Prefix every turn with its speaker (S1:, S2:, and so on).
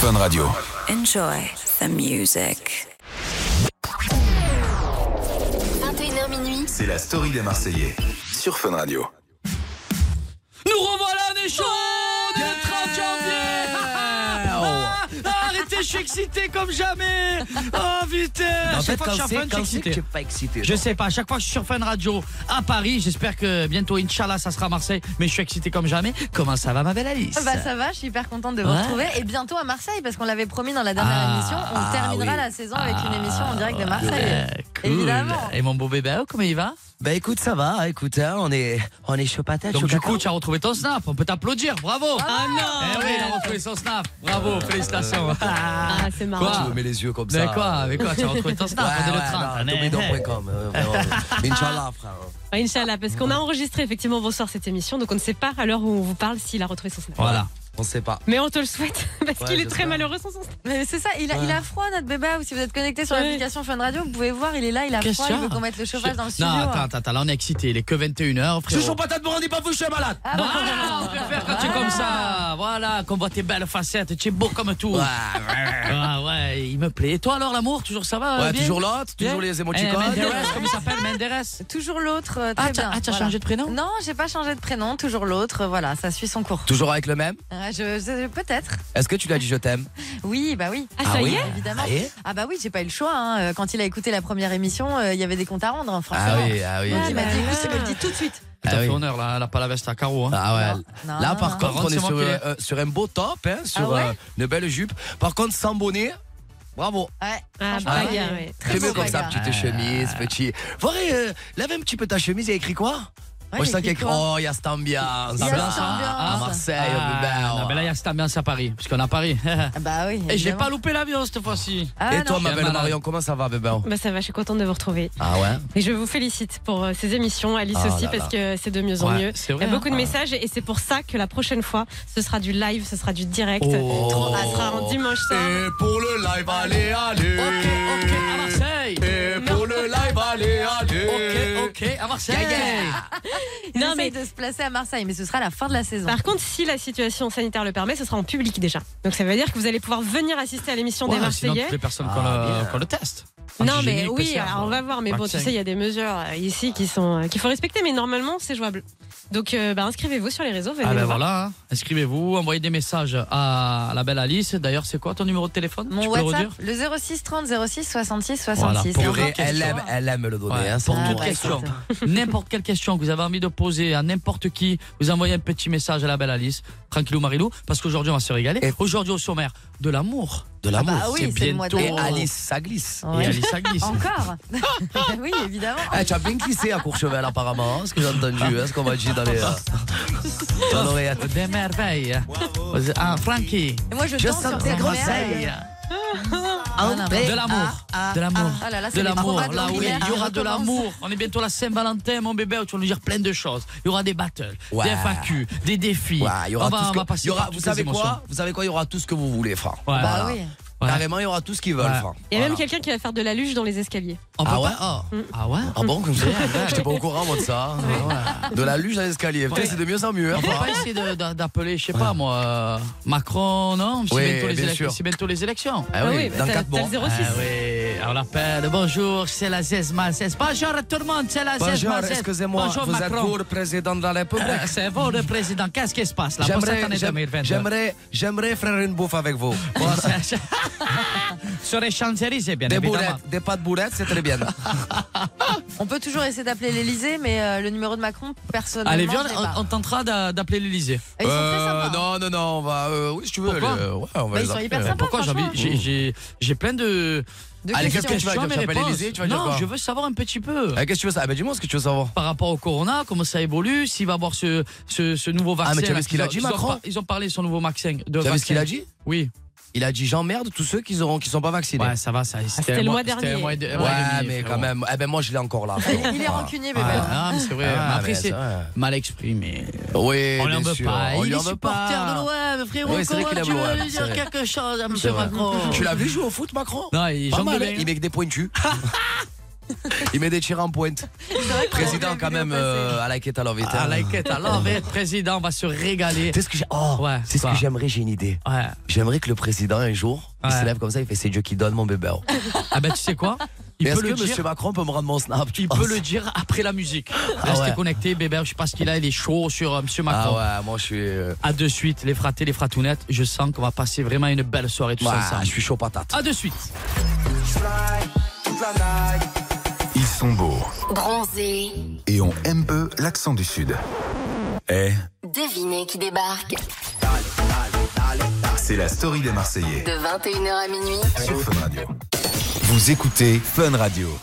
S1: Fun Radio.
S2: Enjoy the music.
S3: 21h minuit.
S1: C'est la story des Marseillais sur Fun Radio.
S4: Nous revoilà, on est chaud on est le 30 janvier Ah, Arrêtez, je suis excité comme jamais Oh putain
S5: En
S4: À
S5: fait,
S4: chaque fois que
S5: quand
S4: je suis sur Fun, je suis
S5: c'est, quand c'est que
S4: excité.
S5: tu es pas excité.
S4: Je sais pas, à chaque fois que je suis sur Fun Radio à Paris, j'espère que bientôt, Inch'Allah, ça sera Marseille, mais je suis excité comme jamais. Comment ça va, ma belle Alice
S3: Bah ça va, je suis hyper contente de vous
S4: Ouais.
S3: retrouver et bientôt à Marseille parce qu'on l'avait promis dans la dernière
S4: Ah,
S3: émission, on
S4: ah
S3: terminera
S4: oui.
S3: la saison avec une émission en direct de
S4: Ah,
S3: Marseille.
S4: ouais, cool.
S3: Évidemment.
S4: Et mon beau bébé, oh, comment il va
S5: Bah écoute, ça va, écoute, hein, on est, on est chaud
S3: Bah,
S5: patate,
S4: Donc
S5: chaud
S4: du coup,
S5: cacao.
S4: tu as retrouvé ton snap, on peut t'applaudir, bravo
S3: Ah non
S4: Eh oui, il a retrouvé son snap, bravo, félicitations
S6: Ah, c'est marrant.
S4: Quoi
S5: Tu me mets les yeux comme Euh, ça. euh.
S4: Mais quoi, mais quoi, tu as retrouvé ton snap,
S5: Ouais,
S4: on est
S5: ouais,
S4: le Eh, 30,
S5: non,
S4: on est-
S5: tombedans.com, euh, vraiment. Inch'Allah, frère. hein.
S6: Ouais, Inch'Allah, parce qu'on a enregistré effectivement vos soirs cette émission, donc on ne sait pas à l'heure où on vous parle s'il a retrouvé son snap.
S4: Voilà.
S5: On sait pas.
S6: Mais on te le souhaite, parce
S5: Ouais,
S6: qu'il est
S5: j'espère.
S6: très malheureux sans son snap.
S3: Mais c'est ça, il a, il a froid notre bébé ou si vous êtes connecté sur
S6: Ouais.
S3: l'application Fun Radio, vous pouvez voir, il est là, il a
S4: Qu'est-ce
S3: froid,
S4: qu'il y
S3: il
S4: a
S3: veut qu'on mette le chauffage dans le studio. hein.
S4: Non, attends, attends, attends, là on est excité, il est que 21h, frérot.
S5: patate, me rendez pas vous, je suis malade.
S3: Ah, bah,
S4: Voilà, on préfère quand tu es comme ça. Voilà, qu'on voit tes belles facettes, tu es beau comme tout. Ouais, ouais, il me plaît. Et toi alors, l'amour, toujours ça va
S5: Ouais,
S4: bien
S5: toujours l'autre, toujours
S4: Bien
S5: les
S4: Eh,
S5: émoticônes.
S4: Menderes, comme il s'appelle, Menderes.
S3: Toujours l'autre, euh, très
S4: Ah, t'as
S3: bien.
S4: ah, t'as
S3: voilà.
S4: changé de prénom
S3: Non, j'ai pas changé de prénom, toujours l'autre, voilà, ça suit son cours.
S5: Toujours avec le même
S3: Ah, je, je- peut-être.
S5: Est-ce que tu lui as dit je t'aime
S3: Oui, bah oui.
S6: Ah, ça
S5: oui
S6: y est
S3: Évidemment.
S5: Ah, et
S3: Ah bah oui, j'ai pas eu le choix. hein. Euh, Quand il a écouté la première émission, euh, il y avait des comptes à rendre, hein, franchement.
S5: Ah oui, ah oui.
S3: Ouais, il m'a dit,
S4: bah
S3: écoute, il me le dit
S6: tout de suite.
S5: Ah
S4: T'as
S5: oui.
S4: fait honneur, là, elle a pas la veste à carreaux. Hein.
S5: Ah ouais.
S3: Non,
S5: Là,
S3: non,
S5: par
S3: non.
S4: Par
S5: contre, on
S4: contre,
S5: est
S4: Ah. c'est
S5: sur,
S4: moi qui l'ai.
S5: euh, sur un beau top, hein, sur
S3: Ah ouais
S5: euh, une belle jupe. Par contre, sans bonnet, bravo.
S3: Ouais,
S6: Ah,
S3: franchement,
S5: bah,
S3: ouais.
S6: bagarre, ouais.
S3: Très
S5: C'est
S3: beau
S5: mieux comme ça,
S3: bagarre.
S5: petite chemise, petit. Faudrait, euh, lave un petit peu ta chemise, il y a écrit quoi
S3: Ouais,
S5: Moi, je
S3: il
S5: sens qu'il y a
S3: écrit
S5: écrit.
S3: quoi
S5: Oh, il y a cette ambiance.
S3: Il y a
S5: là,
S3: cette
S5: À
S3: ambiance.
S5: Marseille,
S4: Ah,
S5: ben,
S4: non, mais là, il y a cette ambiance à Paris, parce qu'on est à Paris.
S3: Ah bah oui.
S4: Et Eh, j'ai
S3: évidemment.
S4: pas loupé l'avion cette fois-ci.
S3: Ah
S5: Et toi,
S3: non.
S5: ma
S4: je suis
S5: belle
S4: malade.
S5: Marion, comment ça va, bébé
S6: Bah ça va, je suis contente de vous retrouver.
S5: Ah ouais
S6: Et je vous félicite pour euh, ces émissions, Alice
S5: Ah
S6: aussi,
S5: là
S6: parce que c'est de mieux en
S4: Ouais,
S6: mieux.
S4: c'est
S6: Il y
S4: vrai,
S6: a beaucoup de
S4: hein.
S6: messages et c'est pour ça que la prochaine fois, ce sera du live, ce sera du direct.
S5: Oh.
S6: Ça sera en dimanche soir.
S4: Euh.
S5: Et pour le live, allez, allez
S4: Ok, ok, à Marseille.
S5: Et pour le live, allez, allez
S4: Ok, ok, à Marseille.
S3: Ils
S6: Non,
S3: essayent
S6: mais-
S3: de se placer à Marseille, mais ce sera la fin de la saison.
S6: Par contre, si la situation sanitaire le permet, ce sera en public déjà. Donc ça veut dire que vous allez pouvoir venir assister à l'émission des
S4: Ouais, sinon,
S6: Marseillais.
S4: toutes les personnes
S5: Ah,
S4: qu'on
S5: bien.
S4: le, qu'on le teste.
S6: Non, mais
S4: Antigénique,
S6: oui,
S4: PCR,
S6: alors on va voir. Mais bon, tu
S4: vaccin.
S6: sais, il y a des mesures euh, ici qui sont euh, qu'il faut respecter, mais normalement, c'est jouable. Donc, euh, bah, inscrivez-vous sur les réseaux. Venez
S4: Ah ben
S6: nous voir.
S4: voilà, hein. inscrivez-vous, envoyez des messages à la belle Alice. D'ailleurs, c'est quoi ton numéro de téléphone
S3: Mon
S4: Tu peux le
S3: WhatsApp,
S4: redire
S3: le 06 30 06 66
S4: Voilà,
S3: 66.
S4: pour
S3: Et
S4: le
S3: encore
S5: Purée,
S4: question.
S5: elle aime, elle aime le donner.
S4: Ouais,
S5: hein,
S4: pour
S5: ça.
S3: Ah,
S4: toute
S3: ouais,
S4: question,
S3: certain.
S4: n'importe quelle question que vous avez envie de poser à n'importe qui, vous envoyez un petit message à la belle Alice, tranquillou Marilou, parce qu'aujourd'hui on va se régaler.
S5: Et-
S4: Aujourd'hui au sommaire, de l'amour.
S5: De l'amour.
S3: Ah bah oui,
S4: c'est
S3: c'est le mois de
S4: bientôt.
S5: Et Alice, ça glisse.
S4: Et
S3: Ouais.
S4: Alice ça glisse.
S3: Encore Bah Oui, évidemment.
S5: Eh, tu as bien glissé à Courchevel, apparemment, hein, ce que j'ai entendu, hein, ce qu'on m'a dit dans les. euh, dans l'oreillette.
S4: Des merveilles. Ah, Frankie.
S3: Et moi, je,
S5: Je
S3: danse sur
S5: sens tes
S3: cette
S5: groseilles.
S4: De l'amour. De l'amour.
S3: Ah là là,
S4: de
S3: c'est les
S4: l'amour,
S3: combats de
S4: là où
S3: l'envers
S4: il y
S3: qui
S5: Ah,
S4: aura de
S3: recommencent.
S4: l'amour. On est bientôt à la Saint-Valentin, mon bébé, où tu vas nous dire plein de choses. Il y aura des battles,
S5: Ouais.
S4: des FAQ, des défis.
S5: Ouais, il y aura
S4: on va,
S5: tout ce
S4: on
S5: que-
S4: va passer
S5: il y aura-
S4: par
S5: vous
S4: toutes
S5: savez
S4: les
S5: quoi
S4: émotions.
S5: Vous savez quoi Il y aura tout ce que vous voulez, Franck.
S4: Ouais.
S3: Bah
S5: Voilà.
S3: oui.
S4: Ouais.
S5: Carrément, il y aura tout ce qu'ils veulent,
S4: Ouais.
S5: Franck.
S6: Il y a même quelqu'un qui va faire de la luge dans les escaliers.
S4: On peut
S5: Ah ouais
S4: pas- oh. Ah ouais
S5: Ah bon, comme ça J'étais pas au courant, moi, de ça. De la luge à l'escalier. Putain, c'est de mieux en mieux. hein,
S4: On peut
S5: Franck.
S4: pas essayer de- de- d'appeler, je sais pas moi, euh, Macron, non C'est
S5: Oui,
S4: bientôt, les
S5: bien
S4: élec-
S5: sûr.
S4: c'est bientôt les élections.
S5: Ah oui, dans
S6: bah, t'as-
S5: quatre
S6: t'as le
S5: mois.
S6: 06.
S4: Ah oui, on l'appelle. Bonjour, c'est la 16 16. Bonjour à tout le monde, c'est la 16
S5: Bonjour, excusez-moi,
S4: Bonjour
S5: vous êtes
S4: Macron.
S5: pour le président de la République
S4: Euh, C'est votre président. Qu'est-ce qui se passe là pour cette
S5: J'aimerais,
S4: année
S5: j'aime-
S4: 2022?
S5: j'aimerais, j'aimerais faire une bouffe avec vous.
S4: Bon, ça- ça- Sur les Champs-Élysées, bien
S5: Des
S4: évidemment.
S5: boulettes, des pâtes boulettes, c'est très bien.
S3: On peut toujours essayer d'appeler l'Elysée, mais euh, le numéro de Macron, personnellement.
S4: Allez,
S3: je
S4: viens,
S3: l'ai pas.
S4: on, on tentera d'a- d'appeler l'Elysée.
S3: Et Ils sont très
S5: Euh,
S3: sympas. hein.
S5: non, non, non, on va. euh, oui, si tu veux.
S4: Pourquoi
S5: les- euh, ouais, on va
S3: Bah,
S5: les
S3: ils sont
S5: appeler.
S3: hyper sympas.
S4: Pourquoi j'ai envie-
S3: franchement.
S4: j'ai- j'ai- J'ai plein de.
S3: De
S5: Allez,
S3: questions.
S5: qu'est-ce que tu
S4: questions,
S5: vas dire,
S4: mes
S5: j'appelle
S4: réponses.
S5: l'Élysée, tu vas dire
S4: Non,
S5: quoi
S4: je veux savoir un petit peu.
S5: Ah, Qu'est-ce que tu veux ça Ah, ben, dis-moi ce que tu veux savoir.
S4: Par rapport au Corona, comment ça évolue, s'il va avoir ce, ce, ce nouveau vaccin.
S5: Ah, mais tu as vu
S4: là,
S5: ce qu'il a dit,
S4: ont-
S5: Macron
S4: ont par- Ils ont parlé de son nouveau vaccin. de
S5: Tu as vu ce
S4: vaccin.
S5: qu'il a dit
S4: Oui.
S5: Il a dit j'emmerde tous ceux qui auront, qui sont pas vaccinés. Eh
S4: Ouais, ça va, ça.
S3: Ah,
S6: c'était le mois dernier.
S5: Ouais, mais quand même. Eh ben, moi, je l'ai encore là.
S3: Il est- il est rancunier, bébé.
S4: Ah, mais c'est vrai.
S5: Ah,
S4: mais après,
S5: mais
S4: c'est
S5: ça, ouais.
S4: mal exprimé.
S5: Oui,
S4: on
S5: bien
S4: l'en veut
S5: sûr,
S4: pas.
S5: on
S4: il
S5: lui
S4: est
S5: en veut
S3: Ah.
S4: supporter
S5: pas.
S4: de l'OM, frérot.
S5: Oui, c'est vrai
S4: comment
S5: qu'il aime
S4: tu
S5: l'OM,
S4: veux lui
S5: c'est
S4: dire
S5: vrai.
S4: quelque chose à
S5: C'est
S4: monsieur
S5: vrai.
S4: Macron
S5: Tu l'as vu jouer au foot, Macron
S4: Non, il
S5: Pas mal, eh,
S4: jonglait.
S5: hein. il met que des pointus. Il met des tirs en
S3: Ah,
S5: pointe. Président quand même euh, à la quête à l'envers.
S4: Ah, la quête à l'envers, président va se régaler.
S5: C'est ce que j'ai- oh,
S4: Ouais,
S5: c'est ce
S4: quoi.
S5: que j'aimerais, j'ai une idée.
S4: Ouais.
S5: J'aimerais que le président un jour, il
S4: Ouais.
S5: se lève comme ça, il fait c'est Dieu qui donne mon bébé.
S4: Ah ben tu sais quoi
S5: Mais
S4: Il
S5: est-ce
S4: peut
S5: que
S4: le dire.
S5: monsieur Macron peut Ah, me rendre mon snap tu
S4: Il
S5: penses
S4: peut le dire après la musique. Restez
S5: Ah ouais.
S4: connectés, bébé. Je sais pas ce qu'il a. Il est chaud sur euh, Monsieur Macron.
S5: Ah ouais, moi je suis euh,
S4: À de suite, les fratés, les fratounettes. Je sens qu'on va passer vraiment une belle soirée tous
S5: bah,
S4: ensemble.
S5: je suis chaud patate.
S4: À de suite.
S1: Ils sont beaux
S7: Bronzé,
S1: et on aime peu l'accent du Sud. Eh,
S7: devinez qui débarque
S1: c'est la story des Marseillais
S7: de 21h à minuit.
S1: sur Fun Radio. Vous écoutez Fun Radio.